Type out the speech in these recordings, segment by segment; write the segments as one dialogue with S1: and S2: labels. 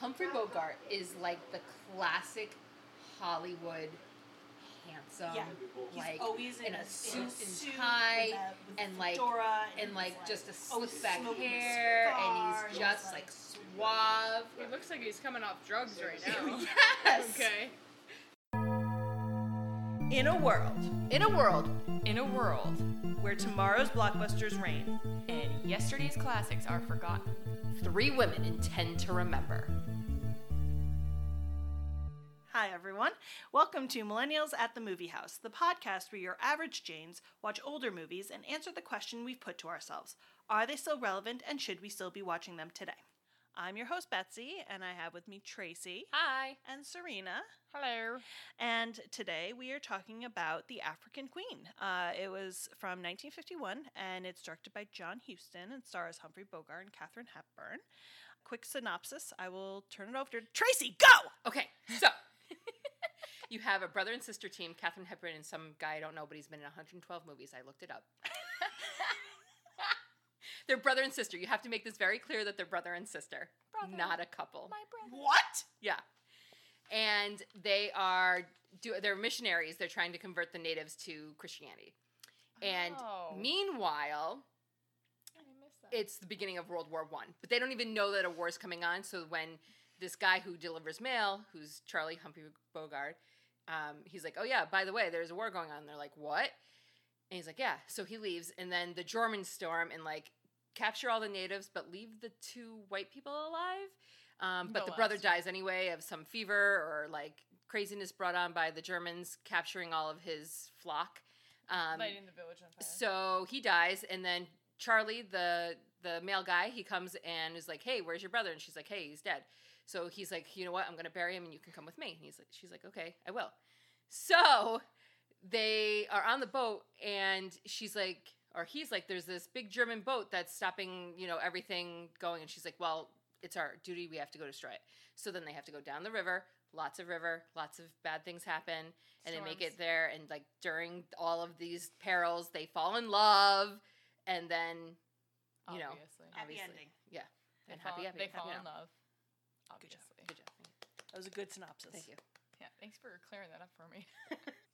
S1: Humphrey Bogart is like the classic Hollywood handsome,
S2: Yeah. He's
S1: like
S2: always in,
S1: in a
S2: in
S1: suit and
S2: suit
S1: tie
S2: with a- with a
S1: and, like-
S2: fedora
S1: and like just a
S2: always
S1: slick back
S2: smoking a
S1: hair,
S2: cigar,
S1: and he's just like suave.
S3: He looks like he's coming off drugs right now.
S1: Yes.
S3: okay.
S2: in a world
S1: In a world
S4: In a world,
S2: where tomorrow's blockbusters reign.
S4: and yesterday's classics are forgotten.
S1: Three women intend to remember.
S2: Hi everyone. Welcome to Millennials at the Movie House, the podcast where your average Janes watch older movies and answer the question we've put to ourselves. Are they still relevant and should we still be watching them today? I'm your host Betsy and I have with me Tracy
S4: Hi.
S2: and Serena.
S4: Hello.
S2: And today we are talking about The African Queen. Uh, it was from 1951 and it's directed by John Huston and stars Humphrey Bogart and Katherine Hepburn. Quick synopsis. I will turn it over to Tracy. Go!
S1: Okay, so you have a brother and sister team, Catherine Hepburn and some guy I don't know, but he's been in 112 movies. I looked it up. they're brother and sister. You have to make this very clear that they're brother and sister,
S4: Brother.
S1: not a couple.
S4: My brother.
S2: What?
S1: yeah, and they are do they're missionaries. They're trying to convert the natives to Christianity, and
S4: Oh.
S1: meanwhile,
S4: I missed that.
S1: it's the beginning of World War One, but they don't even know that a war is coming on. So when this guy who delivers mail, who's Charlie Humphrey Bogart, um, he's like, "Oh yeah, by the way, there's a war going on." And they're like, "What?" And he's like, "Yeah." So he leaves, and then the Germans storm and like capture all the natives, but leave the two white people alive. Um, but
S4: The
S1: the brother
S4: last
S1: dies anyway of some fever or like craziness brought on by the Germans capturing all of his flock. Um,
S4: Lighting the village on fire.
S1: so he dies, and then Charlie, the the male guy, he comes and is like, "Hey, where's your brother?" And she's like, "Hey, he's dead." So he's like, "You know what? I'm gonna bury him, and you can come with me." And he's like, "She's like, okay, I will." So they are on the boat, and she's like, or he's like, "There's this big German boat that's stopping, you know, everything going," and she's like, "Well." It's our duty. We have to go destroy it. So then they have to go down the river. Lots of river. Lots of bad things happen and they make
S4: Storms.
S1: it there and like during all of these perils they fall in love and then you know,
S4: Obviously.
S2: Happy
S1: obviously
S2: ending.
S1: yeah
S4: They
S1: and
S4: fall,
S1: happy happy
S4: they
S1: happy
S4: fall in
S1: now.
S4: love.
S2: Good job.
S4: Obviously.
S1: good job Thank you.
S2: That was a good synopsis.
S1: thank you
S4: Yeah. Thanks for clearing that up for me.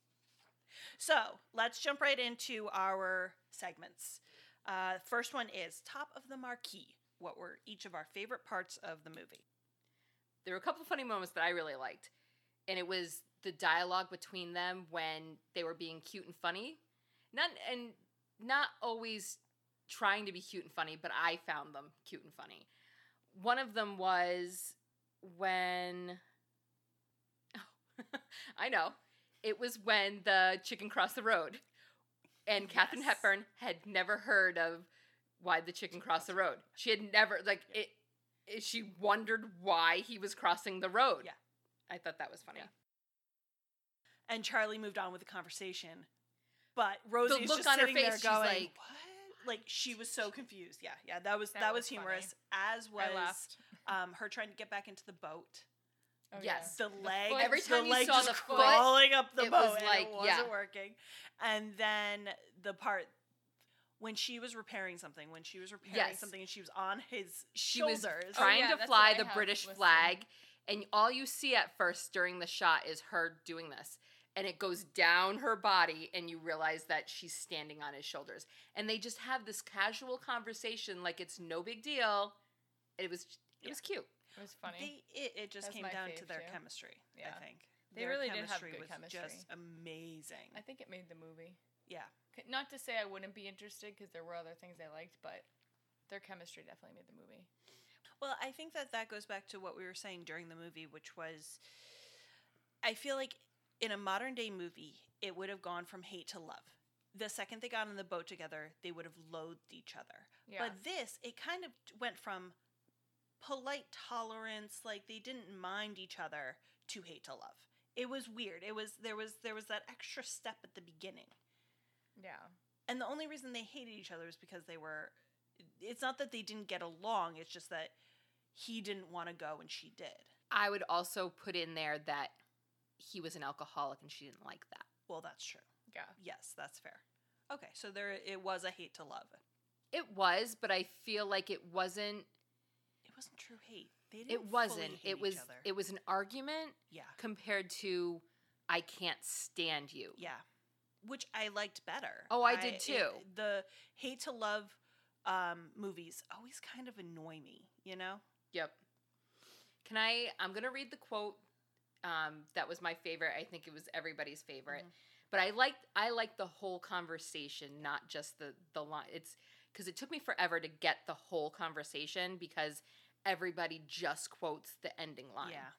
S2: So let's jump right into our segments. Uh, first one is top of the marquee. What were each of our favorite parts of the movie?
S1: there were a couple funny moments that i really liked and it was the dialogue between them when they were being cute and funny not and not always trying to be cute and funny but i found them cute and funny one of them was when I know. It was when the chicken crossed the road. And Katharine
S2: Yes.
S1: Hepburn had never heard of why the chicken crossed the road. She had never like it, it she wondered why he was crossing the road.
S2: Yeah.
S1: I thought that was funny.
S2: Yeah. And Charlie moved on with the conversation, but Rosie is
S1: look
S2: just
S1: on her
S2: sitting
S1: face, she's
S2: there going,
S1: like-
S2: "What?" Like she was so confused. Yeah, yeah, that was that,
S4: That
S2: was,
S4: was funny.
S2: humorous. As
S4: I
S2: was
S4: laughed.
S2: um, her trying to get back into the boat.
S4: Oh,
S1: Yes.
S2: the leg.
S4: foot- Every
S1: time
S2: the
S1: you
S2: leg
S1: saw
S2: just
S1: the foot,
S2: crawling up the
S1: it
S2: boat,
S1: was
S2: and
S1: like,
S2: it
S1: yeah.
S2: wasn't working. And then the part when she was repairing something, when she was repairing
S1: Yes.
S2: something, and she was on his
S1: She
S2: shoulders.
S1: was trying
S4: yeah,
S1: to
S4: that's what
S1: fly
S4: I
S1: the
S4: have
S1: British
S4: listed.
S1: flag and all you see at first during the shot is her doing this. And it goes down her body, and you realize that she's standing on his shoulders. And they just have this casual conversation, like it's no big deal. It was, it
S2: Yeah.
S1: was cute.
S4: It was funny.
S2: They, it, it just
S4: That's
S2: came
S4: my
S2: down to
S4: fave
S2: their
S4: too.
S2: chemistry.
S4: Yeah.
S2: I think
S4: They
S2: Their
S4: really did have
S2: chemistry
S4: good
S2: was
S4: chemistry.
S2: just amazing.
S4: I think it made the movie.
S2: yeah,
S4: C- Not to say I wouldn't be interested because there were other things I liked, but their chemistry definitely made the movie.
S2: Well, I think that that goes back to what we were saying during the movie, which was I feel like in a modern day movie, it would have gone from hate to love. The second they got on the boat together, they would have loathed each other.
S4: Yeah.
S2: But this, it kind of went from polite tolerance, like they didn't mind each other, to hate to love. It was weird. It was there was there was that extra step at the beginning.
S4: yeah.
S2: And the only reason they hated each other is because they were. It's not that they didn't get along. It's just that he didn't want to go and she did.
S1: I would also put in there that he was an alcoholic and she didn't like that.
S2: Well, that's true.
S4: Yeah.
S2: Yes, that's fair. Okay, so there it was a hate to love.
S1: It was, but I feel like it wasn't
S2: It wasn't true hate. They didn't
S1: It
S2: fully
S1: wasn't.
S2: hate
S1: It was
S2: Each other.
S1: it was an argument
S2: yeah.
S1: compared to I can't stand you.
S2: Yeah. Which I liked better.
S1: Oh, I did
S2: it-
S1: too.
S2: the hate to love um, movies always kind of annoy me, you know?
S1: Yep. Can I? I'm gonna read the quote. Um, that was my favorite. I think it was everybody's favorite. But I liked I liked the whole conversation, not just the the line. It's because it took me forever to get the whole conversation because everybody just quotes the ending line.
S2: Yeah.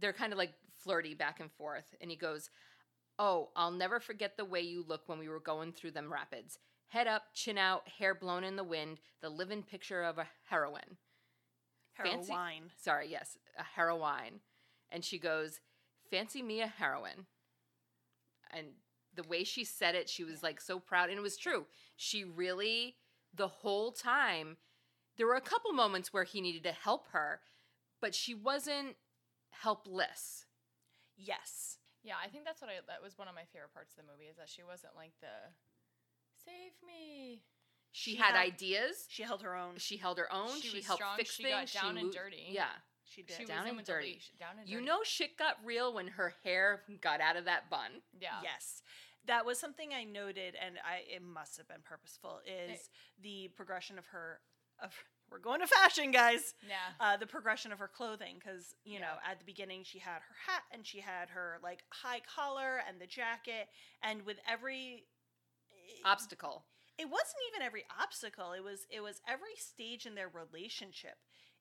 S1: They're kind of like flirty back and forth, and he goes, "Oh, I'll never forget the way you look when we were going through them rapids. Head up, chin out, hair blown in the wind, the living picture of a heroine." Fancy-
S2: Heroine.
S1: sorry, yes, a heroine. And she goes, Fancy me a heroine. And the way she said it, she was like so proud. And it was true. She really, the whole time, there were a couple moments where he needed to help her, but she wasn't helpless.
S2: Yes.
S4: Yeah, I think that's what I. That was one of my favorite parts of the movie is that she wasn't like the, save me.
S1: She,
S2: She
S1: had
S2: held-
S1: ideas.
S2: She held her own.
S1: She held her own. She,
S4: She was
S1: helped
S4: strong,
S1: fix
S4: she
S1: things.
S4: got down and
S1: moved-
S4: dirty.
S1: Yeah.
S2: She did.
S4: She
S1: Down
S4: was in
S1: and
S4: with
S1: dirty.
S4: The leash. Down and
S1: You
S4: dirty.
S1: know, shit got real when her hair got out of that bun.
S4: Yeah.
S2: Yes. That was something I noted and I it must have been purposeful is the progression of her of we're going to fashion guys.
S4: Yeah.
S2: uh, the progression of her clothing because you know
S4: Yeah.
S2: at the beginning she had her hat and she had her like high collar and the jacket and with every eh,
S1: Obstacle.
S2: it wasn't even every obstacle it was it was every stage in their relationship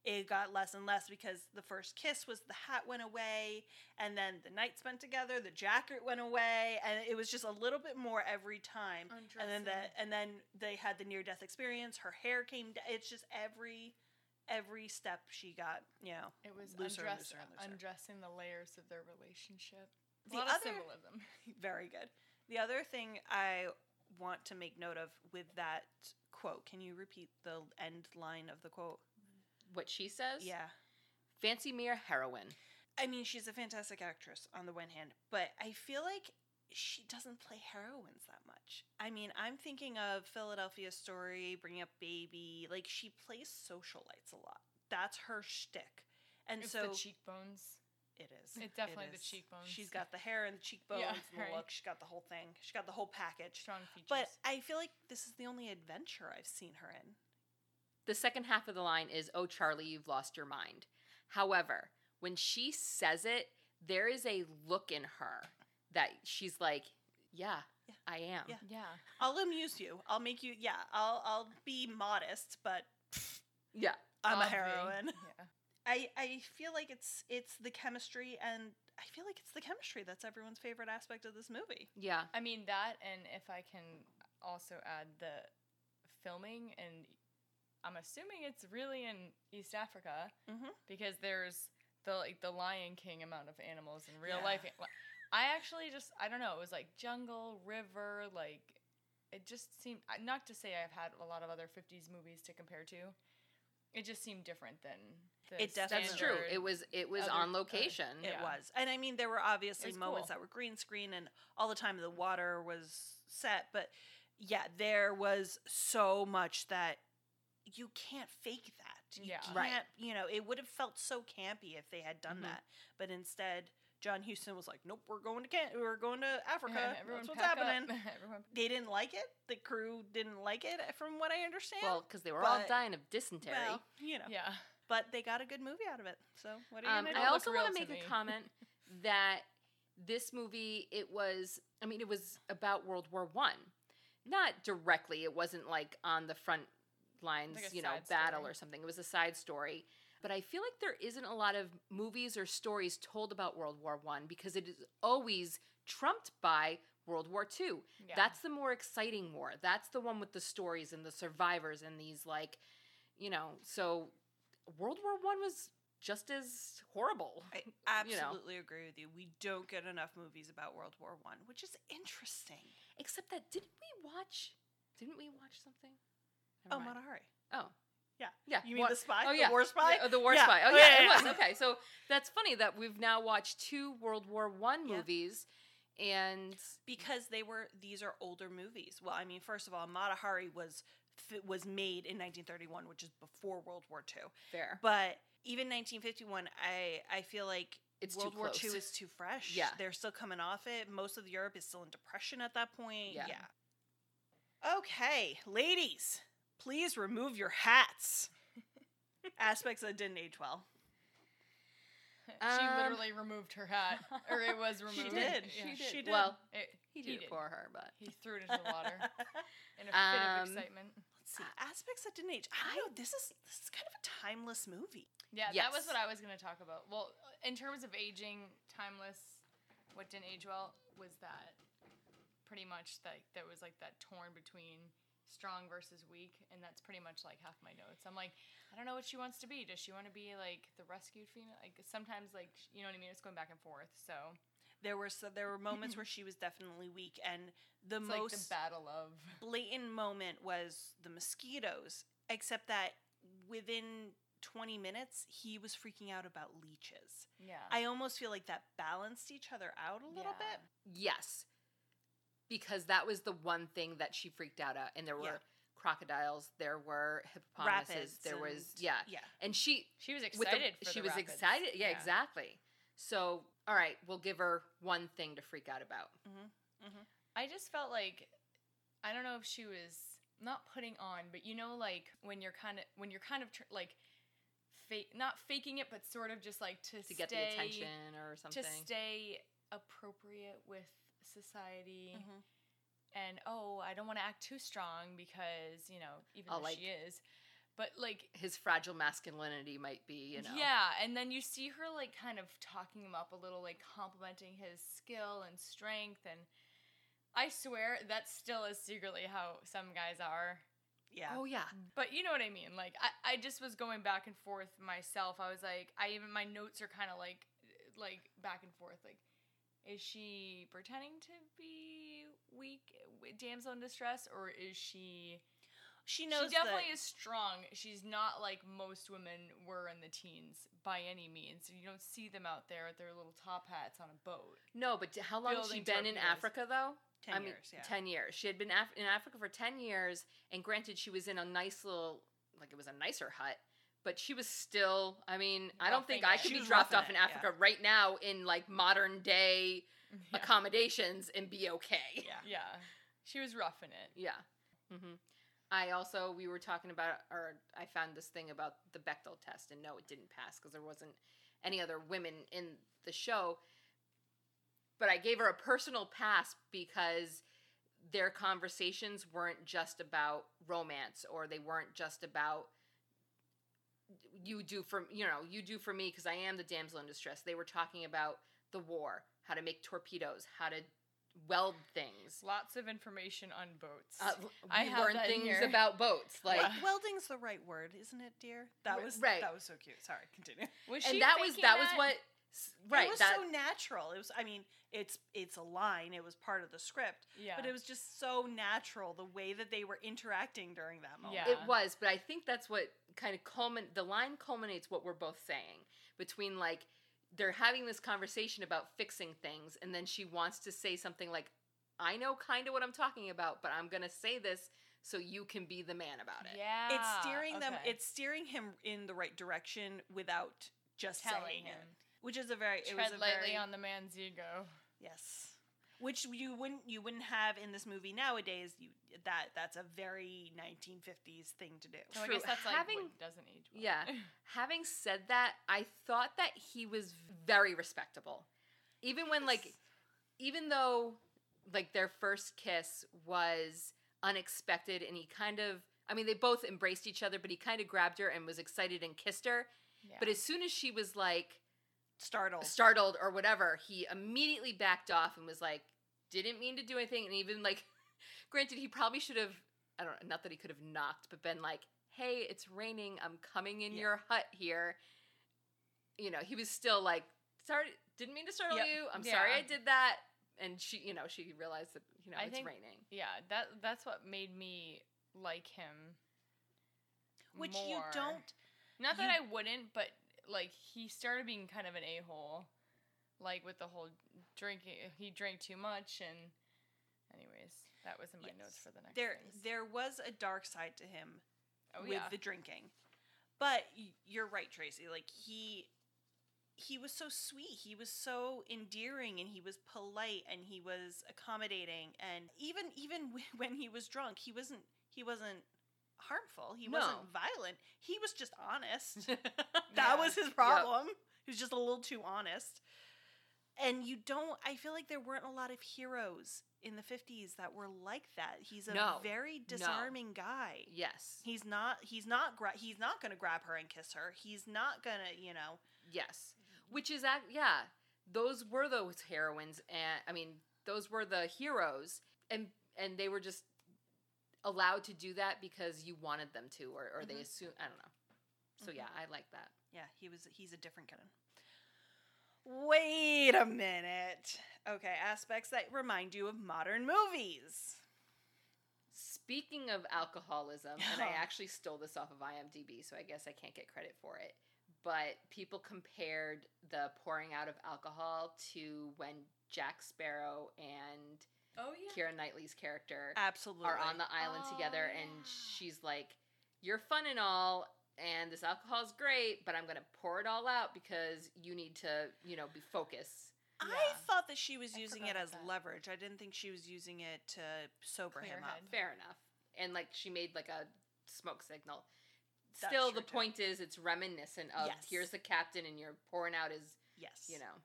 S2: it got less and less because the first kiss was the hat went away and then the night spent together the jacket went away and it was just a little bit more every time and then the and then they had the near death experience her hair came down it's just every every step she got you know
S4: It was
S2: looser and
S4: undress,
S2: looser and looser.
S4: undressing the layers of their relationship.
S2: The
S4: a lot
S2: other-
S4: of symbolism.
S2: Very good. The other thing I want to make note of with that quote, can you repeat the end line of the quote?
S1: What she says?
S2: Yeah.
S1: Fancy me a heroine.
S2: I mean, she's a fantastic actress on the one hand, but I feel like she doesn't play heroines that much. I mean, I'm thinking of Philadelphia Story, Bring Up Baby. Like, she plays socialites a lot. That's her shtick. And
S4: it's
S2: so
S4: the cheekbones.
S2: it is.
S4: It's definitely the
S2: is.
S4: cheekbones.
S2: She's got the hair and the cheekbones and the
S4: right.
S2: look. She's got the whole thing. She's got the whole package.
S4: Strong features.
S2: But I feel like this is the only adventure I've seen her in.
S1: The second half of the line is, Oh, Charlie, you've lost your mind. However, when she says it, there is a look in her that she's like, Yeah,
S2: Yeah.
S1: I am.
S2: Yeah.
S4: yeah.
S2: I'll amuse you. I'll make you. Yeah, I'll I'll be modest, but
S1: Yeah.
S2: I'm a
S4: Obvi.
S2: heroine.
S4: Yeah.
S2: I I feel like it's it's the chemistry, and I feel like it's the chemistry that's everyone's favorite aspect of this movie.
S1: Yeah.
S4: I mean that, and if I can also add the filming, and I'm assuming it's really in East Africa
S2: Mhm.
S4: because there's the like the Lion King amount of animals in real
S2: Yeah.
S4: life. I actually just I don't know. It was like jungle, river, like it just seemed. I- Not to say I've had a lot of other '50s movies to compare to. It just seemed different than the
S2: It does-
S1: That's true.
S4: standard-
S1: It was it was
S4: other-
S1: on location.
S2: It
S4: Yeah.
S2: was, and I mean, there were obviously
S4: It's
S2: moments
S4: cool.
S2: that were green screen, and all the time the water was set, but yeah, there was so much that you can't fake that. You
S4: Yeah.
S2: can't,
S1: Right.
S2: You know, it would have felt so campy if they had done
S1: Mhm.
S4: Mm-hmm.
S2: that, but instead, John Houston was like, "Nope, we're going to Can- we're going to Africa.
S4: Everyone
S2: That's what's
S4: pack up.
S2: happening."
S4: Everyone
S2: They didn't like it. The crew didn't like it, from what I understand.
S1: Well, because they were all
S2: But-
S1: dying of dysentery.
S2: Well, you know,
S4: yeah.
S2: but they got a good movie out of it. So what are you
S1: Um,
S2: gonna
S1: I
S2: do?
S4: look
S1: also want
S4: real
S1: to
S4: to
S1: make
S4: me.
S1: a comment that this movie it was I mean it was about World War One, not directly. It wasn't like on the front lines,
S4: Like a
S1: you know,
S4: side
S1: battle
S4: story.
S1: or something. It was a side story. But I feel like there isn't a lot of movies or stories told about World War One because it is always trumped by World War Two.
S4: yeah.
S1: That's the more exciting war. That's the one with the stories and the survivors and these like, you know. So World War One was just as horrible.
S2: I
S1: you know.
S2: absolutely agree with you. We don't get enough movies about World War One, which is interesting.
S1: Except that didn't we watch? Didn't we watch something?
S2: Oh,
S1: Never mind.
S2: Monahari.
S1: Oh.
S2: Yeah.
S1: Yeah.
S2: You mean
S1: Wa-
S2: the spy?
S1: Oh, yeah.
S2: The war spy?
S1: Yeah, the war
S2: Yeah.
S1: spy. Oh
S2: Oh,
S1: yeah,
S2: yeah, yeah,
S1: it
S2: yeah.
S1: was. Okay, so that's funny that we've now watched two World War One
S2: Yeah.
S1: movies, and
S2: Because they were these are older movies. Well, I mean, first of all, Matahari was f- was made in 1931, which is before World War II.
S1: fair.
S2: But even 1951, I I feel like
S1: It's too
S2: World War
S1: close.
S2: II is too fresh.
S1: Yeah.
S2: they're still coming off it. Most of Europe is still in depression at that point.
S1: Yeah.
S2: yeah. Okay, ladies, please remove your hats. Aspects that didn't age well.
S4: she
S1: Um,
S4: literally removed her hat, or it was
S2: She
S4: removed.
S2: did.
S4: Yeah.
S2: She did. She did.
S1: Well,
S4: It,
S1: he did it for her, but
S4: He threw it into the water in a fit
S1: Um,
S4: of excitement.
S2: Let's see. Uh, Aspects that didn't age. I don't know. This is this is kind of a timeless movie.
S4: Yeah, that
S1: yes.
S4: was what I was going to talk about. Well, in terms of aging, timeless, what didn't age well was that pretty much like there was like that torn between strong versus weak, and that's pretty much like half my notes. I'm like, I don't know what she wants to be. Does she want to be like the rescued female? Like sometimes, like sh- you know what I mean? It's going back and forth. So
S2: There were so there were moments where she was definitely weak, and the
S4: it's like
S2: most
S4: the battle of
S2: blatant moment was the mosquitoes, except that within 20 minutes, he was freaking out about leeches.
S4: yeah.
S2: I almost feel like that balanced each other out a little
S4: Yeah.
S1: yes, because that was the one thing that she freaked out at, and there were
S2: Yeah.
S1: crocodiles, there were
S2: bit.
S1: hippopotamuses, there
S2: and-
S1: was yeah,
S2: Yeah.
S1: and she
S4: She was
S1: with the-
S4: excited. for
S1: she
S4: the
S1: was
S4: rapids.
S1: excited. Yeah, exactly. So, all right, we'll give her one thing to freak out about.
S4: I just felt like I don't know if she was not putting on, but you know, like when you're kind of when you're kind of tr- like fake, not faking it, but sort of just like to,
S1: to get the
S4: stay-
S1: attention or something.
S4: to stay appropriate with society.
S2: Mhm.
S1: Mm-hmm.
S4: And oh, I don't want to act too strong because you know, even
S1: Oh,
S4: though
S1: like-
S4: she is, but like
S1: His fragile masculinity might be, you know.
S4: yeah, and then you see her like kind of talking him up a little, like complimenting his skill and strength, and I swear that still is secretly how some guys are.
S2: Yeah.
S1: Oh yeah.
S4: But you know what I mean. Like I, I just was going back and forth myself. I was like, I even my notes are kind of like, like back and forth. Like, is she pretending to be weak, w- damsel in distress, or is she?
S2: She knows
S4: she definitely is strong. She's not like most women were in the teens by any means. You don't see them out there with their little top hats on a boat.
S1: No, but how long has she
S4: Building
S1: been in
S4: torpedoes.
S1: Africa though?
S2: that 10
S1: I mean,
S2: years. Yeah.
S1: ten years. She had been Af- in Africa for ten years, and granted, she was in a nice little, like it was a nicer hut, but she was still. I mean, I don't think
S4: Roughing
S1: I
S4: it.
S1: could
S2: She
S1: be
S2: was
S1: dropped off in
S2: roughing it, yeah.
S1: Africa right now in like modern day
S4: Yeah.
S1: accommodations and be okay.
S2: yeah.
S4: Yeah. She was roughing it.
S1: Yeah. hmm I also we were talking about, or I found this thing about the Bechtel test, and no, it didn't pass because there wasn't any other women in the show. But I gave her a personal pass because their conversations weren't just about romance, or they weren't just about you do for you know you do for me because I am the damsel in distress. They were talking about the war, how to make torpedoes, how to weld things,
S4: Lots of information on boats.
S1: uh, w-
S4: I
S1: we
S4: have
S1: learned
S4: that in
S1: things
S4: here.
S1: about boats, like,
S2: Wel- welding's the right word, isn't it, dear? That
S1: Ri-
S2: was
S1: right.
S2: That was so cute. Sorry, continue.
S4: was
S1: and that was
S4: faking
S1: that was what, s- right?
S2: It was
S1: that
S2: so natural. It was. I mean, it's it's a line. It was part of the script,
S4: Yeah.
S2: but it was just so natural the way that they were interacting during that moment.
S4: Yeah.
S1: it was, but I think that's what kind of culmin. The line culminates what we're both saying between like they're having this conversation about fixing things, and then she wants to say something like, "I know kind of what I'm talking about, but I'm gonna say this so you can be the man about it."
S4: Yeah.
S2: it's steering them
S4: okay.
S2: it's steering him in the right direction without just
S4: telling
S2: saying
S4: him.
S2: it which is a very it
S4: Tread
S2: was a
S4: lightly
S2: very,
S4: on the man's ego.
S2: yes which you wouldn't you wouldn't have in this movie nowadays you that that's a very 1950s thing to do
S4: So I
S1: True.
S4: guess that's like
S1: Having-
S4: what doesn't age well.
S1: Yeah. Having said that, I thought that he was very respectable. Even when like
S2: Yes.
S1: even though like their first kiss was unexpected and he kind of I mean they both embraced each other, but he kind of grabbed her and was excited and kissed her.
S4: yeah.
S1: But as soon as she was like
S4: Oh.
S2: startled
S1: startled or whatever, he immediately backed off and was like, didn't mean to do anything. And even like, granted, he probably should have, I don't know, not that he could have knocked, but been like, hey, it's raining. I'm coming in
S2: Yeah.
S1: your hut here. You know, he was still like, sorry, didn't mean to startle
S2: Yep.
S1: you. I'm
S4: Yeah.
S1: sorry I did that. And she, you know, she realized that, you know,
S4: I
S1: it's
S4: think-
S1: raining.
S4: yeah, that that's what made me like him.
S2: which you
S4: more.
S2: don't
S4: Not that
S2: You-
S4: I wouldn't, but like he started being kind of an a hole, like with the whole drinking. He drank too much, and anyways, that was in my notes
S2: Yes.
S4: for the next.
S2: there
S4: things.
S2: there was a dark side to him
S4: oh
S2: with
S4: yeah,
S2: the drinking But y- you're right, Tracy. Like he he was so sweet. He was so endearing and he was polite and he was accommodating and even even wh- when he was drunk, he wasn't he wasn't harmful. He
S1: No.
S2: wasn't violent. He was just honest.
S4: Yeah.
S2: That was his problem. He was just a little too honest. And you don't I feel like there weren't a lot of heroes in the 50s that were like that. He's a
S1: No.
S2: very disarming guy.
S1: yes.
S2: He's not. He's not. Gra- he's not going to grab her and kiss her. He's not going to. You know.
S1: Yes. Which is act yeah. Those were those heroines and I mean, those were the heroes and and they were just allowed to do that because you wanted them to or, or they
S2: Mhm.
S1: assume I don't know. So yeah, I like that.
S2: Yeah. He was. He's a different kind. Wait a minute. Okay. Aspects that remind you of modern movies.
S1: Speaking of alcoholism, and I actually stole this off of IMDb, so I guess I can't get credit for it. But people compared the pouring out of alcohol to when Jack Sparrow and
S3: Oh yeah.
S1: Kira Knightley's character
S2: Absolutely.
S1: are on the island together,
S4: Oh,
S1: and
S4: yeah.
S1: she's like, "You're fun and all, and this alcohol's great, but I'm gonna pour it all out because you need to, you know, be focused."
S2: I
S4: Yeah.
S2: thought that she was
S4: I
S2: using
S4: forgot
S2: it
S4: about
S2: as
S4: that.
S2: leverage. I didn't think she was using it to sober
S4: Clear
S2: him
S4: head.
S2: up.
S1: Fair enough. And like she made like a smoke signal.
S2: That's
S1: Still,
S2: true,
S1: the
S2: too.
S1: point is, it's reminiscent of
S2: Yes.
S1: here's the captain, and you're pouring out his,
S2: Yes.
S1: you know,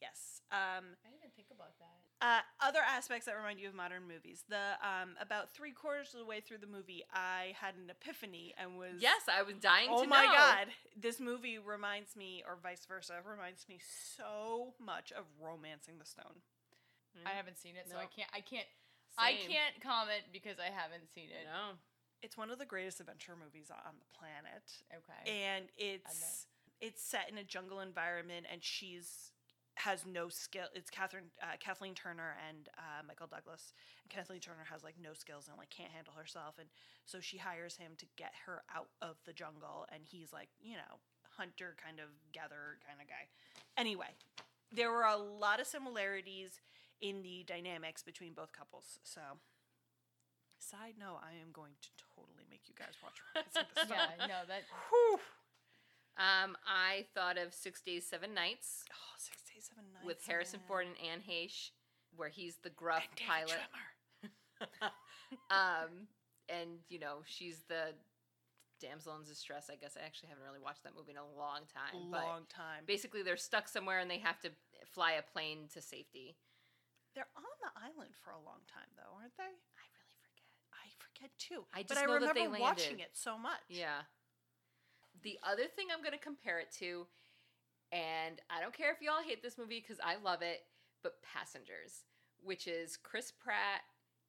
S2: Yes. Um,
S4: I didn't even think about that.
S2: Uh, other aspects that remind you of modern movies. The um, about three quarters of the way through the movie, I had an epiphany and was
S1: yes, I was dying.
S2: oh
S1: to
S2: my
S1: know.
S2: god, this movie reminds me, or vice versa, reminds me so much of *Romancing the Stone*.
S4: Mm-hmm. I haven't seen it, so I
S1: No.
S4: can't. I can't. I
S1: Same.
S4: can't comment because I haven't seen it.
S1: No,
S2: It's one of the greatest adventure movies on the planet,
S4: Okay.
S2: and it's it's set in a jungle environment, and she's has no skill. It's Catherine uh, Kathleen Turner and uh, Michael Douglas. And Kathleen Turner has like no skills and like can't handle herself, and so she hires him to get her out of the jungle, and he's like you know hunter kind of gatherer kind of guy. Anyway, there were a lot of similarities in the dynamics between both couples. So. Side note, I am going to totally make you guys watch Rising the Sun.
S4: yeah. No. That.
S2: Whew.
S1: um, I thought of Six Days, Seven Nights
S2: Oh, six days, seven nights.
S1: with Harrison
S2: man.
S1: Ford and Anne Heche, where he's the
S2: and
S1: gruff
S2: David
S1: pilot,
S2: Schwimmer.
S1: um, and you know she's the damsel in distress. I guess I actually haven't really watched that movie in a long time, but
S2: Long time.
S1: basically they're stuck somewhere and they have to fly a plane to safety.
S2: They're on the island for a long time, though, aren't they?
S1: I really forget.
S2: I forget too.
S1: I
S2: but
S1: just
S2: I
S1: know that
S2: remember
S1: they
S2: watching
S1: landed.
S2: it so much.
S1: Yeah. The other thing I'm going to compare it to, and I don't care if y'all hate this movie because I love it, but Passengers, which is Chris Pratt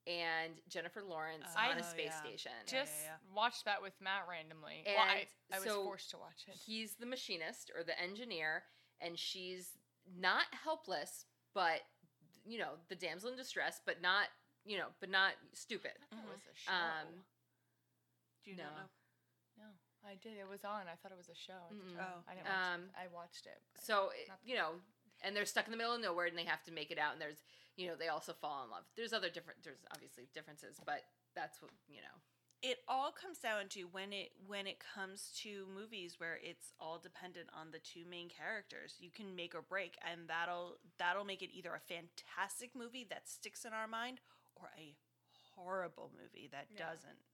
S1: and Jennifer Lawrence
S2: Oh,
S1: on a space
S2: yeah.
S1: station.
S2: Yeah, yeah,
S4: Just
S2: yeah.
S4: watched that with Matt randomly. well, I,
S1: And
S4: I was
S1: so
S4: forced to watch it.
S1: He's the machinist or the engineer, and she's not helpless, but you know the damsel in distress, but not you know, but not stupid.
S4: I thought it
S2: Mhm.
S4: was a show.
S1: Um,
S2: Do you
S1: No. Mm-hmm.
S2: not know?
S4: no, I did. It was on. I thought it was a show. at the
S1: Mm-mm.
S4: time.
S2: Oh,
S4: I didn't watch
S1: Um,
S4: it. I watched it. but-
S1: So it-
S4: Not-
S1: you know, and they're stuck in the middle of nowhere, and they have to make it out. And there's you know, they also fall in love. There's other different. There's obviously differences, but that's what you know.
S2: It all comes down to when it when it comes to movies where it's all dependent on the two main characters. You can make or break, and that'll that'll make it either a fantastic movie that sticks in our mind or a horrible movie that
S3: Yeah.
S2: doesn't.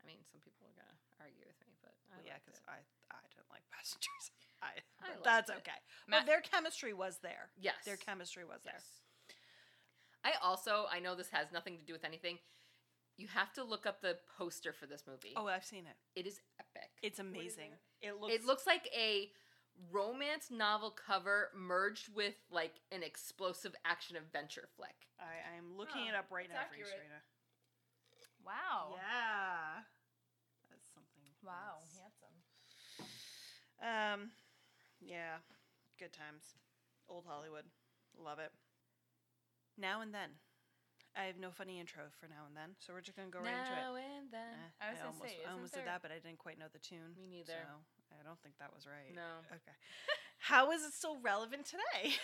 S1: I mean, some people are gonna argue with me, but I
S2: Well, yeah,
S1: yeah,
S2: because I I didn't like passengers. I,
S1: I
S2: but
S1: liked
S2: that's
S1: it.
S2: okay.
S4: Matt-
S2: but their chemistry was there.
S1: yes,
S2: Their chemistry was there.
S1: I also I know this has nothing to do with anything. You have to look up the poster for this movie.
S2: Oh, I've seen it.
S1: it is epic.
S2: It's amazing. It looks.
S1: It looks like a romance novel cover merged with like an explosive action adventure flick.
S2: I, I'm looking
S3: Huh,
S2: it up right
S3: it's
S2: now for you,
S3: accurate.
S2: Serena.
S4: wow.
S2: Yeah. That's something.
S4: Oh. Wow.
S2: else.
S4: Handsome.
S2: Um, yeah. Good times. Old Hollywood. Love it. Now and then. I have no funny intro for now and then, so we're just gonna go right into it.
S1: now and then.
S2: Eh,
S4: I was gonna
S2: almost, I
S4: say, isn't
S2: almost did
S4: there-
S2: that, but I didn't quite know the tune.
S1: Me neither.
S2: So I don't think that was right.
S1: No.
S2: Okay. How is it still relevant today?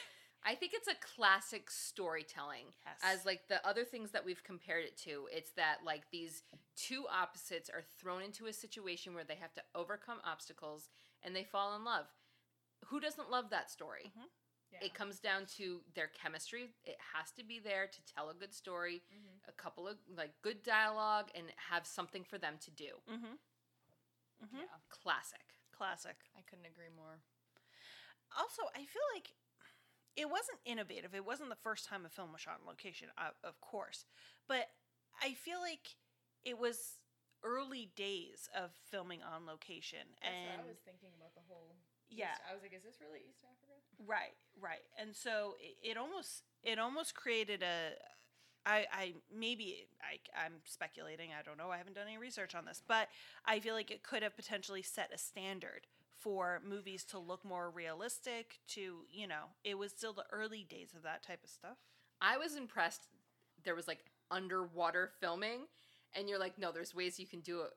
S1: I think it's a classic storytelling.
S2: Yes.
S1: As like the other things that we've compared it to, it's that like these two opposites are thrown into a situation where they have to overcome obstacles and they fall in love. Who doesn't love that story?
S2: Mm-hmm.
S4: Yeah.
S1: It comes down to their chemistry. It has to be there to tell a good story,
S4: Mhm.
S1: a couple of like good dialogue, and have something for them to do.
S2: mm-hmm. Mhm.
S4: Yeah.
S1: Classic.
S2: Classic.
S4: I couldn't agree more.
S2: Also, I feel like it wasn't innovative. It wasn't the first time a film was shot on location, uh, of course, but I feel like it was early days of filming on location,
S3: That's
S2: and
S3: what I was thinking about the whole.
S2: yeah,
S3: East- I was like, is this really East Africa?
S2: right, right, and so it, it almost it almost created a. I, I maybe I, I'm speculating. I don't know. I haven't done any research on this, but I feel like it could have potentially set a standard for movies to look more realistic. To you know, it was still the early days of that type of stuff.
S1: I was impressed. There was like underwater filming, and you're like, no, there's ways you can do it.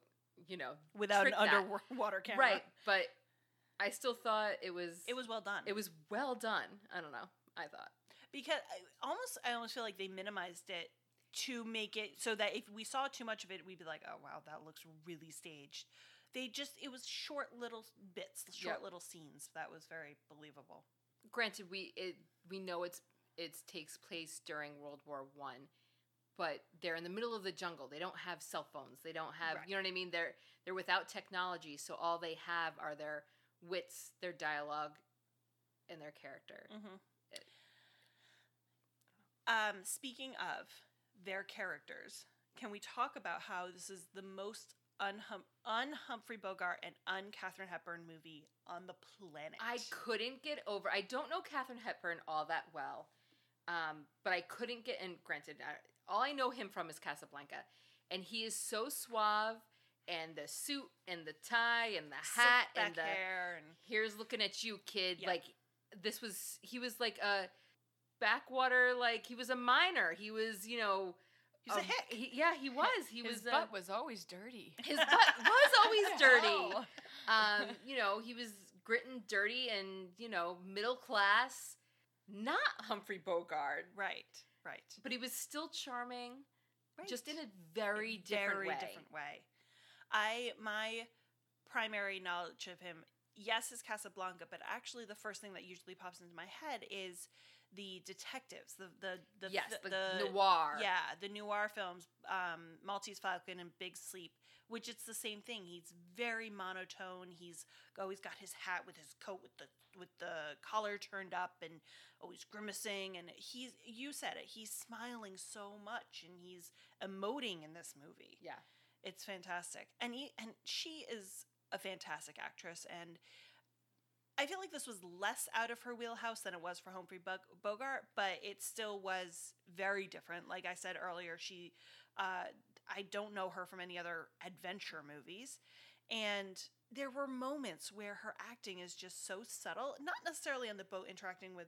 S1: You know,
S2: without
S1: trick
S2: an
S1: that.
S2: underwater camera.
S1: right? But I still thought it was
S2: It was well done.
S1: it was well done. I don't know. I thought
S2: because I almost I almost feel like they minimized it to make it so that if we saw too much of it, we'd be like, "Oh wow, that looks really staged." They just it was short little bits, short
S1: Yeah.
S2: little scenes. That was very believable.
S1: granted we it we know it's it takes place during World War One, but they're in the middle of the jungle. They don't have cell phones. They don't have
S2: Right.
S1: you know what I mean. They're they're without technology, so all they have are their wits, their dialogue, and their character.
S2: Mm-hmm. Um, speaking of their characters, can we talk about how this is the most unhum- un-Humphrey Bogart and un-Catherine Hepburn movie on the planet?
S1: I couldn't get over. I don't know Katherine Hepburn all that well, um, but I couldn't get. And granted, I, all I know him from is Casablanca, and he is so suave, and the suit, and the tie, and the
S2: Slick
S1: hat,
S2: back
S1: and the
S2: hair and
S1: here's looking at you, kid.
S2: Yeah.
S1: Like this was he was like a backwater. Like he was a minor. He was you know. um,
S2: he's a hick.
S1: He, yeah, he was. He
S4: His
S1: was. a-
S4: butt was always dirty.
S1: his butt was always dirty
S4: Oh.
S1: um, you know, he was grit and dirty and, you know, middle class, not Humphrey Bogart,
S2: Right, right.
S1: but he was still charming,
S2: right.
S1: just in a very different
S2: very
S1: way.
S2: different way. I my primary knowledge of him, yes, is Casablanca, but actually the first thing that usually pops into my head is the detectives, the the the
S1: yes,
S2: the,
S1: the,
S2: the-
S1: noir.
S2: yeah, the noir films, um, Maltese Falcon and Big Sleep, which it's the same thing. He's very monotone. He's always got his hat with his coat with the with the collar turned up and always grimacing. And he's you said it. He's smiling so much and he's emoting in this movie.
S1: Yeah.
S2: It's fantastic. And he and she is a fantastic actress and I feel like this was less out of her wheelhouse than it was for Humphrey Bog- Bogart, but it still was very different. Like I said earlier, she uh I don't know her from any other adventure movies. And there were moments where her acting is just so subtle, not necessarily on the boat interacting with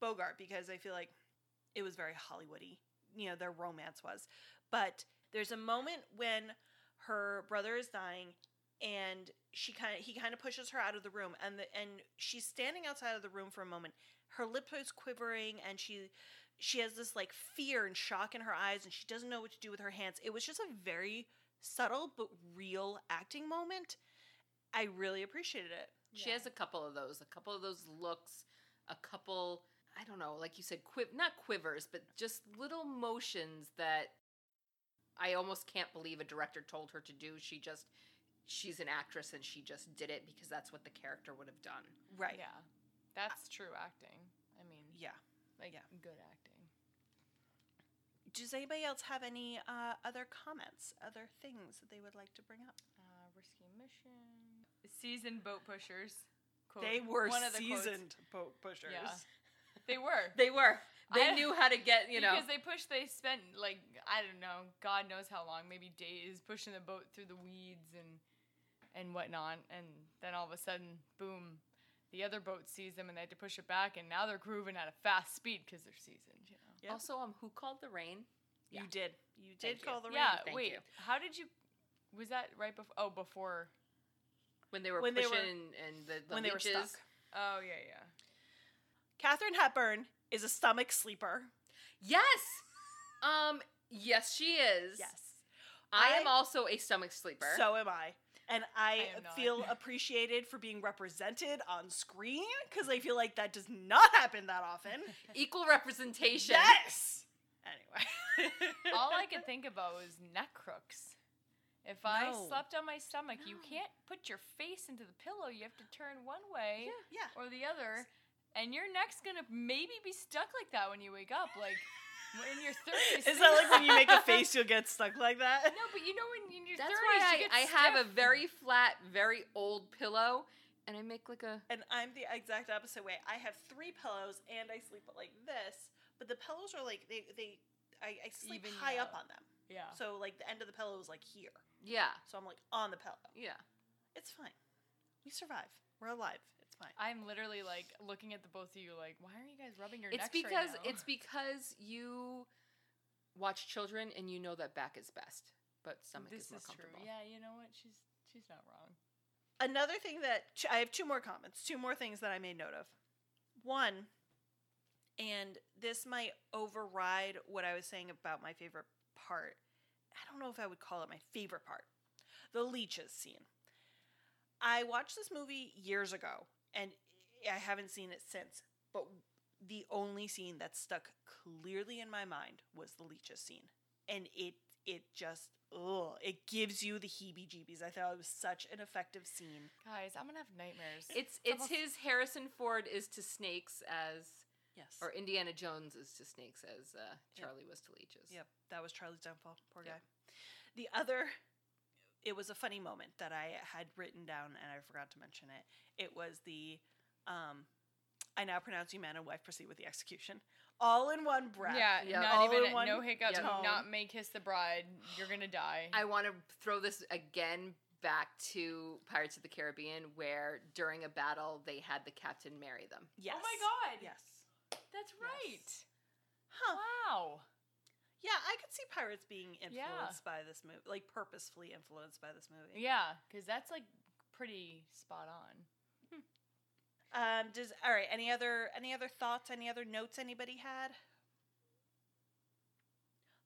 S2: Bogart because I feel like it was very Hollywoody. You know, their romance was. But there's a moment when her brother is dying and she kind of he kind of pushes her out of the room and the, and she's standing outside of the room for a moment. Her lip is quivering and she she has this like fear and shock in her eyes and she doesn't know what to do with her hands. It was just a very subtle but real acting moment. I really appreciated it.
S1: She has a couple of those, a couple of those looks, a couple, I don't know, like you said, quiv- not quivers, but just little motions that I almost can't believe a director told her to do. She just, she's an actress and she just did it because that's what the character would have done.
S2: Right.
S4: Yeah, that's true acting. I mean,
S2: yeah.
S4: like
S2: yeah.
S4: good acting.
S2: Does anybody else have any uh, other comments, other things that they would like to bring up?
S4: Uh, risky mission. Seasoned boat pushers. Quote. quotes.
S2: seasoned boat pushers.
S4: Yeah. They were.
S1: They were. They
S4: I-
S1: knew how to get, you know.
S4: Because they pushed, they spent like I don't know, God knows how long, maybe days pushing the boat through the weeds and and whatnot, and then all of a sudden, boom, the other boat sees them and they had to push it back, and now they're grooving at a fast speed because they're seasoned, you know.
S2: Yep.
S1: Also, um, who called the rain? Yeah.
S2: You did. You did
S1: Thank you.
S2: call the
S4: yeah.
S1: thank
S4: Wait.
S1: you.
S4: How did you? Was that right before? Oh, before.
S1: When they were
S2: When they
S1: pushing
S2: were-
S1: and the, the
S2: when they were
S1: leeches.
S2: stuck.
S4: Oh yeah, yeah.
S2: Catherine Hepburn is a stomach sleeper.
S1: Yes. Um. Yes, she is. I, am
S2: I-
S1: also a stomach sleeper.
S2: So am I. And I,
S4: I am not.
S2: feel appreciated for being represented on screen because I feel like that does not happen that often.
S1: equal representation.
S2: yes. Anyway.
S4: All I could think about was neck crooks. If I
S1: No.
S4: slept on my stomach, you
S1: No.
S4: can't put your face into the pillow. You have to turn one way
S1: Yeah.
S2: Yeah.
S4: or the other, and your neck's gonna maybe be stuck like that when you wake up, like w- in your thirties.
S2: Is that like when you make a face, you'll get stuck like that?
S4: No, but you know when in your
S1: That's why
S4: thirties you get
S1: I, I have a
S4: stiff.
S1: very flat, very old pillow, and I make like a.
S2: And I'm the exact opposite way. I have three pillows and I sleep like this, but the pillows are like they they I, I sleep
S4: Even Oh. you
S2: high up
S4: out.
S2: on them.
S4: yeah.
S2: So like the end of the pillow is like here.
S1: Yeah.
S2: So I'm like on the pillow.
S1: Yeah.
S2: It's fine. We survive. We're alive. It's fine.
S4: I'm literally like looking at the both of you, like, why are you guys rubbing your
S1: It's
S4: necks right
S1: because
S4: now?"
S1: it's because you watch children and you know that back is best, but stomach
S4: this
S1: is more comfortable.
S4: true. Yeah, you know what? She's she's not wrong.
S2: Another thing that I have two more comments, two more things that I made note of. One, and this might override what I was saying about my favorite part. I don't know if I would call it my favorite part the leeches scene. I watched this movie years ago and I haven't seen it since, but the only scene that stuck clearly in my mind was the leeches scene. And it it just ugh, it gives you the heebie-jeebies. I thought it was such an effective scene.
S4: Guys, I'm gonna have nightmares.
S1: It's it's
S4: almost-
S1: his Harrison Ford is to snakes as
S2: Yes.
S1: or Indiana Jones is to snakes as uh, Charlie was to leeches.
S2: Yep, that was Charlie's downfall. Poor
S1: Yep.
S2: guy. The other, it was a funny moment that I had written down and I forgot to mention it. It was the, um, I now pronounce you man and wife proceed with the execution, all in one breath.
S4: Yeah,
S1: Yeah.
S4: not
S2: All
S4: even
S2: in
S4: a-
S2: one
S4: no hiccups.
S2: tone.
S4: Not may kiss the bride. You're gonna die.
S1: I want to throw this again back to Pirates of the Caribbean, where during a battle they had the captain marry them.
S2: Yes.
S4: Oh my god!
S2: Yes.
S4: that's right.
S2: Huh.
S4: Wow.
S2: Yeah, I could see pirates being
S4: Yeah.
S2: influenced by this movie, like purposefully influenced by this movie.
S4: Yeah, because that's like pretty spot on.
S2: Um. Does all right. Any other any other thoughts? Any other notes anybody had?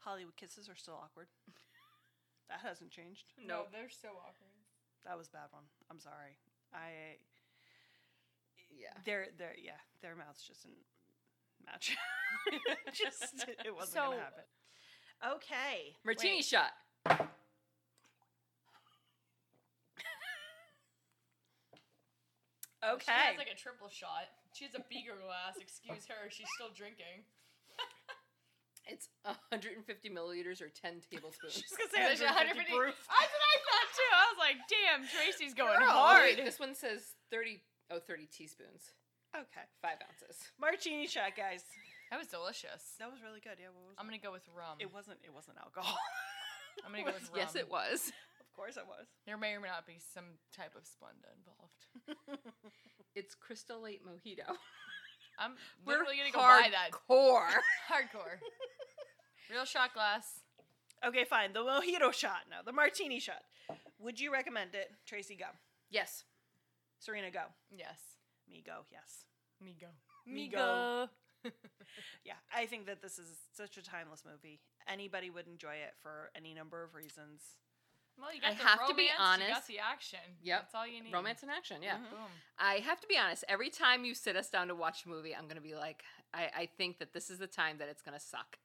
S2: Hollywood kisses are still awkward. that hasn't changed.
S1: No,
S4: they're so awkward.
S2: That was a bad one. I'm sorry. I
S1: yeah.
S2: their their yeah their mouths just didn't match. just it wasn't
S4: So-
S2: gonna happen. Okay.
S1: Martini
S2: wait.
S1: shot.
S2: Okay.
S4: a triple shot. She has a beaker glass. Excuse her. She's still drinking.
S1: It's 150 milliliters or 10 tablespoons.
S2: She's gonna say 150 proof.
S4: That's what I thought too. I was like, damn, Tracy's going
S1: Girl, Oh,
S4: hard.
S1: wait, this one says 30, oh, 30 teaspoons,
S2: Okay.
S1: five ounces.
S2: Martini shot, guys.
S4: That was delicious.
S2: That was really good. Yeah. What was
S4: I'm
S2: that?
S4: gonna go with rum.
S2: It wasn't. It wasn't alcohol.
S4: I'm gonna go with rum.
S1: Yes, it was.
S2: of course it was.
S4: There may or may not be some type of Splenda involved.
S1: It's Crystal Light Mojito.
S4: I'm
S1: We're
S4: literally gonna go buy that.
S1: hardcore.
S4: Hardcore. Real shot glass.
S2: Okay, fine. The mojito shot now. The martini shot. Would you recommend it? Tracy, go.
S1: yes.
S2: Serena, go.
S4: Yes.
S2: Me, go. Yes.
S4: Migo.
S2: Migo. Yeah, I think that this is such a timeless movie. Anybody would enjoy it for any number of reasons.
S4: Well, you got
S1: I
S4: the
S1: have
S4: romance,
S1: to be
S4: You
S1: honest.
S4: got the action.
S1: Yep.
S4: That's all you need.
S1: Romance in action, yeah.
S2: Mhm.
S4: Boom.
S1: I have to be honest, every time you sit us down to watch a movie, I'm going to be like, I, I think that this is the time that it's going to suck.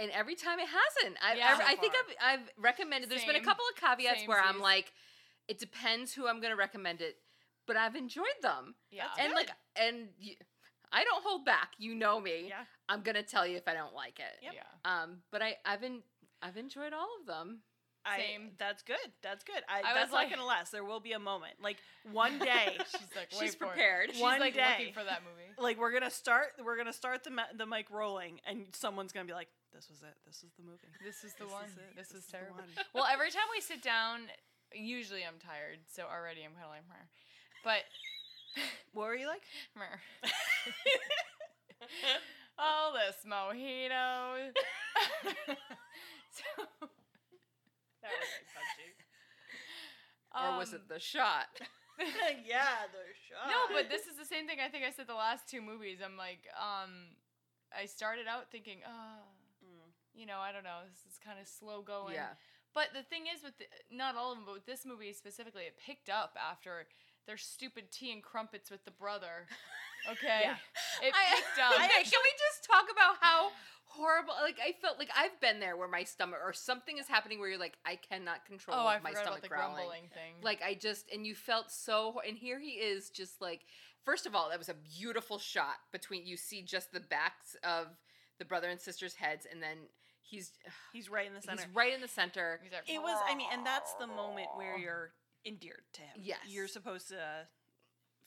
S1: And every time it hasn't. I,
S4: Yeah.
S1: every- I think
S2: So
S1: I've, I've recommended, there's been a
S4: Same.
S1: couple of caveats where I'm
S4: Samesies.
S1: like, it depends who I'm going to recommend it, but I've enjoyed them.
S4: Yeah.
S1: and like, and y I don't hold back. You know me.
S2: Yeah.
S1: I'm going to tell you if I don't like it.
S2: Yep.
S4: Yeah.
S1: Um, but I, I've, en- I've enjoyed all of them.
S2: I,
S4: Same.
S2: That's good. That's good. I,
S4: was
S2: that's
S4: like-
S2: not going to last. There will be a moment. Like one day,
S4: She's like, wait
S1: She's
S4: for it.
S1: prepared.
S4: She's
S2: One
S4: like
S2: day.
S4: looking for that movie.
S2: like we're going to start we're going to start the ma- the mic rolling and someone's going to be like this was it. This is the movie.
S4: This is the
S2: This
S4: one.
S2: is it.
S4: This, was
S2: is the
S4: terrible.
S2: one."
S4: Well, every time we sit down, usually I'm tired, so already I'm kind of like, "Meh." but
S2: What were you like?
S4: Mer. All this mojito. so,
S2: That was
S1: or was
S4: um,
S1: it the shot?
S2: like, punchy. yeah, the shot.
S4: No, but this is the same thing I think I said the last two movies. I'm like, um, I started out thinking, oh,
S3: Mm.
S4: you know, I don't know, this is kind of slow going.
S1: yeah.
S4: But the thing is, with the, not all of them, but with this movie specifically, it picked up after their stupid tea and crumpets with the brother. Okay,
S1: Yeah.
S4: it
S1: I-
S4: picked up.
S1: okay, can we just talk about how horrible? Like I felt like I've been there where my stomach or something is happening where you're like I cannot control
S4: oh, I
S1: my
S4: forgot about
S1: stomach
S4: the
S1: growling.
S4: grumbling thing.
S1: Like I just and you felt so. hor- And here he is, just like first of all, that was a beautiful shot between you see just the backs of the brother and sister's heads, and then he's
S2: He's right in the center.
S1: he's right in the center.
S4: He's like,
S2: It was, I mean, and that's the moment where you're endeared to him.
S1: Yes.
S2: You're supposed to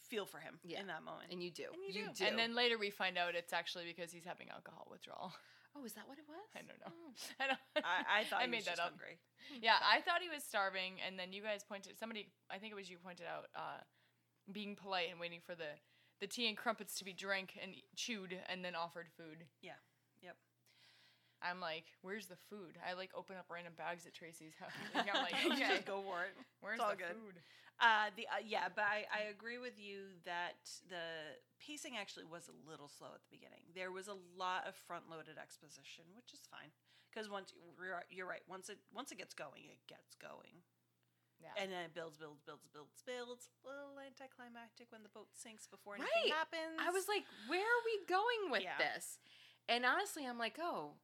S2: feel for him
S1: Yeah.
S2: in that moment.
S1: And you do.
S2: And you do.
S4: And then later we find out it's actually because he's having alcohol withdrawal.
S1: oh, is that what it was?
S4: I don't know.
S1: Oh.
S4: I don't.
S2: Hmm. I, I thought
S4: I
S2: he
S4: made
S2: was
S4: that
S2: just
S4: up.
S2: hungry.
S4: yeah, I thought he was starving, and then you guys pointed. Somebody, I think it was you, pointed out uh, being polite and waiting for the the tea and crumpets to be drank and chewed, and then offered food.
S2: Yeah. Yep.
S4: I'm like, where's the food? I like open up random bags at Tracy's house. Like, I'm like,
S2: You
S4: okay,
S2: just go for it.
S4: where's
S2: all
S4: the
S2: good.
S4: food?
S2: Uh, the uh, yeah, but I, I agree with you that the pacing actually was a little slow at the beginning. There was a lot of front-loaded exposition, which is fine because once you're, you're right, once it once it gets going, it gets going,
S4: Yeah.
S2: and then it builds, builds, builds, builds, builds. A little anticlimactic when the boat sinks before anything
S1: Right.
S2: happens.
S1: I was like, where are we going with
S2: Yeah.
S1: this? And honestly, I'm like, oh,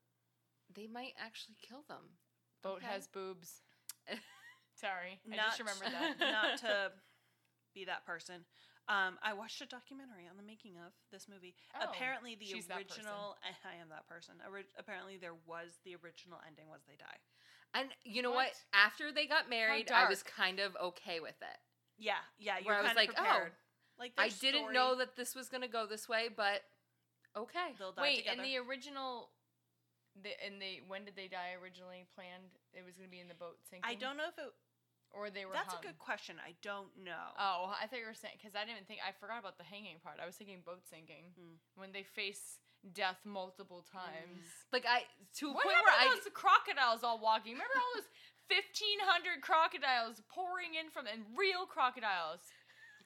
S1: they might actually kill them.
S4: Boat
S1: okay.
S4: has boobs. Sorry, I
S2: Not-
S4: just remembered that.
S2: not to be that person. Um, I watched a documentary on the making of this movie.
S4: Oh,
S2: apparently, the
S4: she's that person.
S2: original. I am that person. Ori- apparently, there was the original ending was they die.
S1: And you know what?
S4: What?
S1: After they got married, I was kind of okay with it.
S2: Yeah, yeah. You
S1: Where I
S2: were
S1: was
S2: kind of
S1: like,
S2: prepared.
S1: oh,
S2: like
S1: I
S2: their
S1: didn't
S2: story-
S1: know that this was going to go this way, but okay.
S2: they'll die
S4: Wait,
S2: together.
S4: and the original, the, and they when did they die? Originally planned, it was going to be in the boat sinking.
S2: I don't know if it.
S4: Or they were.
S2: That's
S4: hung?
S2: a good question. I don't know.
S4: Oh, I thought you were saying because I didn't think I forgot about the hanging part. I was thinking boat sinking
S2: Hmm. Mm.
S4: when they face death multiple times.
S1: Like I to a
S4: What
S1: point
S4: happened
S1: where I
S4: to those crocodiles all walking? Remember all those fifteen hundred crocodiles pouring in from and real crocodiles.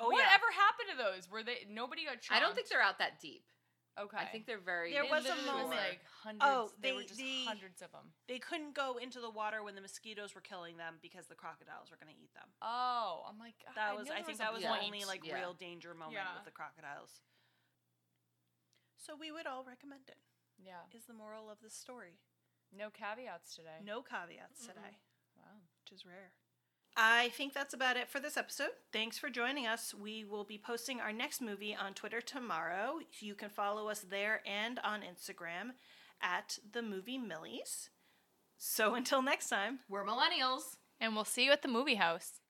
S2: oh yeah.
S4: Whatever happened to those? Were they nobody got? Chomped?
S1: I don't think they're out that deep.
S4: Okay.
S1: I think they're very
S2: There
S4: It
S2: was a
S4: literally
S2: moment-
S4: like hundreds.
S2: Oh,
S4: they, were
S2: they-
S4: just
S2: the-
S4: hundreds of them.
S2: They couldn't go into the water when the mosquitoes were killing them because the crocodiles were going to eat them.
S4: Oh, I'm like "Ah,
S2: That was,
S4: knew
S2: I
S4: there
S2: think,
S4: a
S2: that was the
S1: point."
S2: only like
S1: Yeah.
S2: real danger moment
S4: Yeah.
S2: with the crocodiles. So we would all recommend it.
S4: yeah.
S2: Is the moral of this story?
S4: No caveats today.
S2: No caveats today,
S4: Wow.
S2: which is rare. I think that's about it for this episode. Thanks for joining us. We will be posting our next movie on Twitter tomorrow. You can follow us there and on Instagram at the movie Millies. So until next time.
S1: we're millennials.
S4: And we'll see you at the movie house.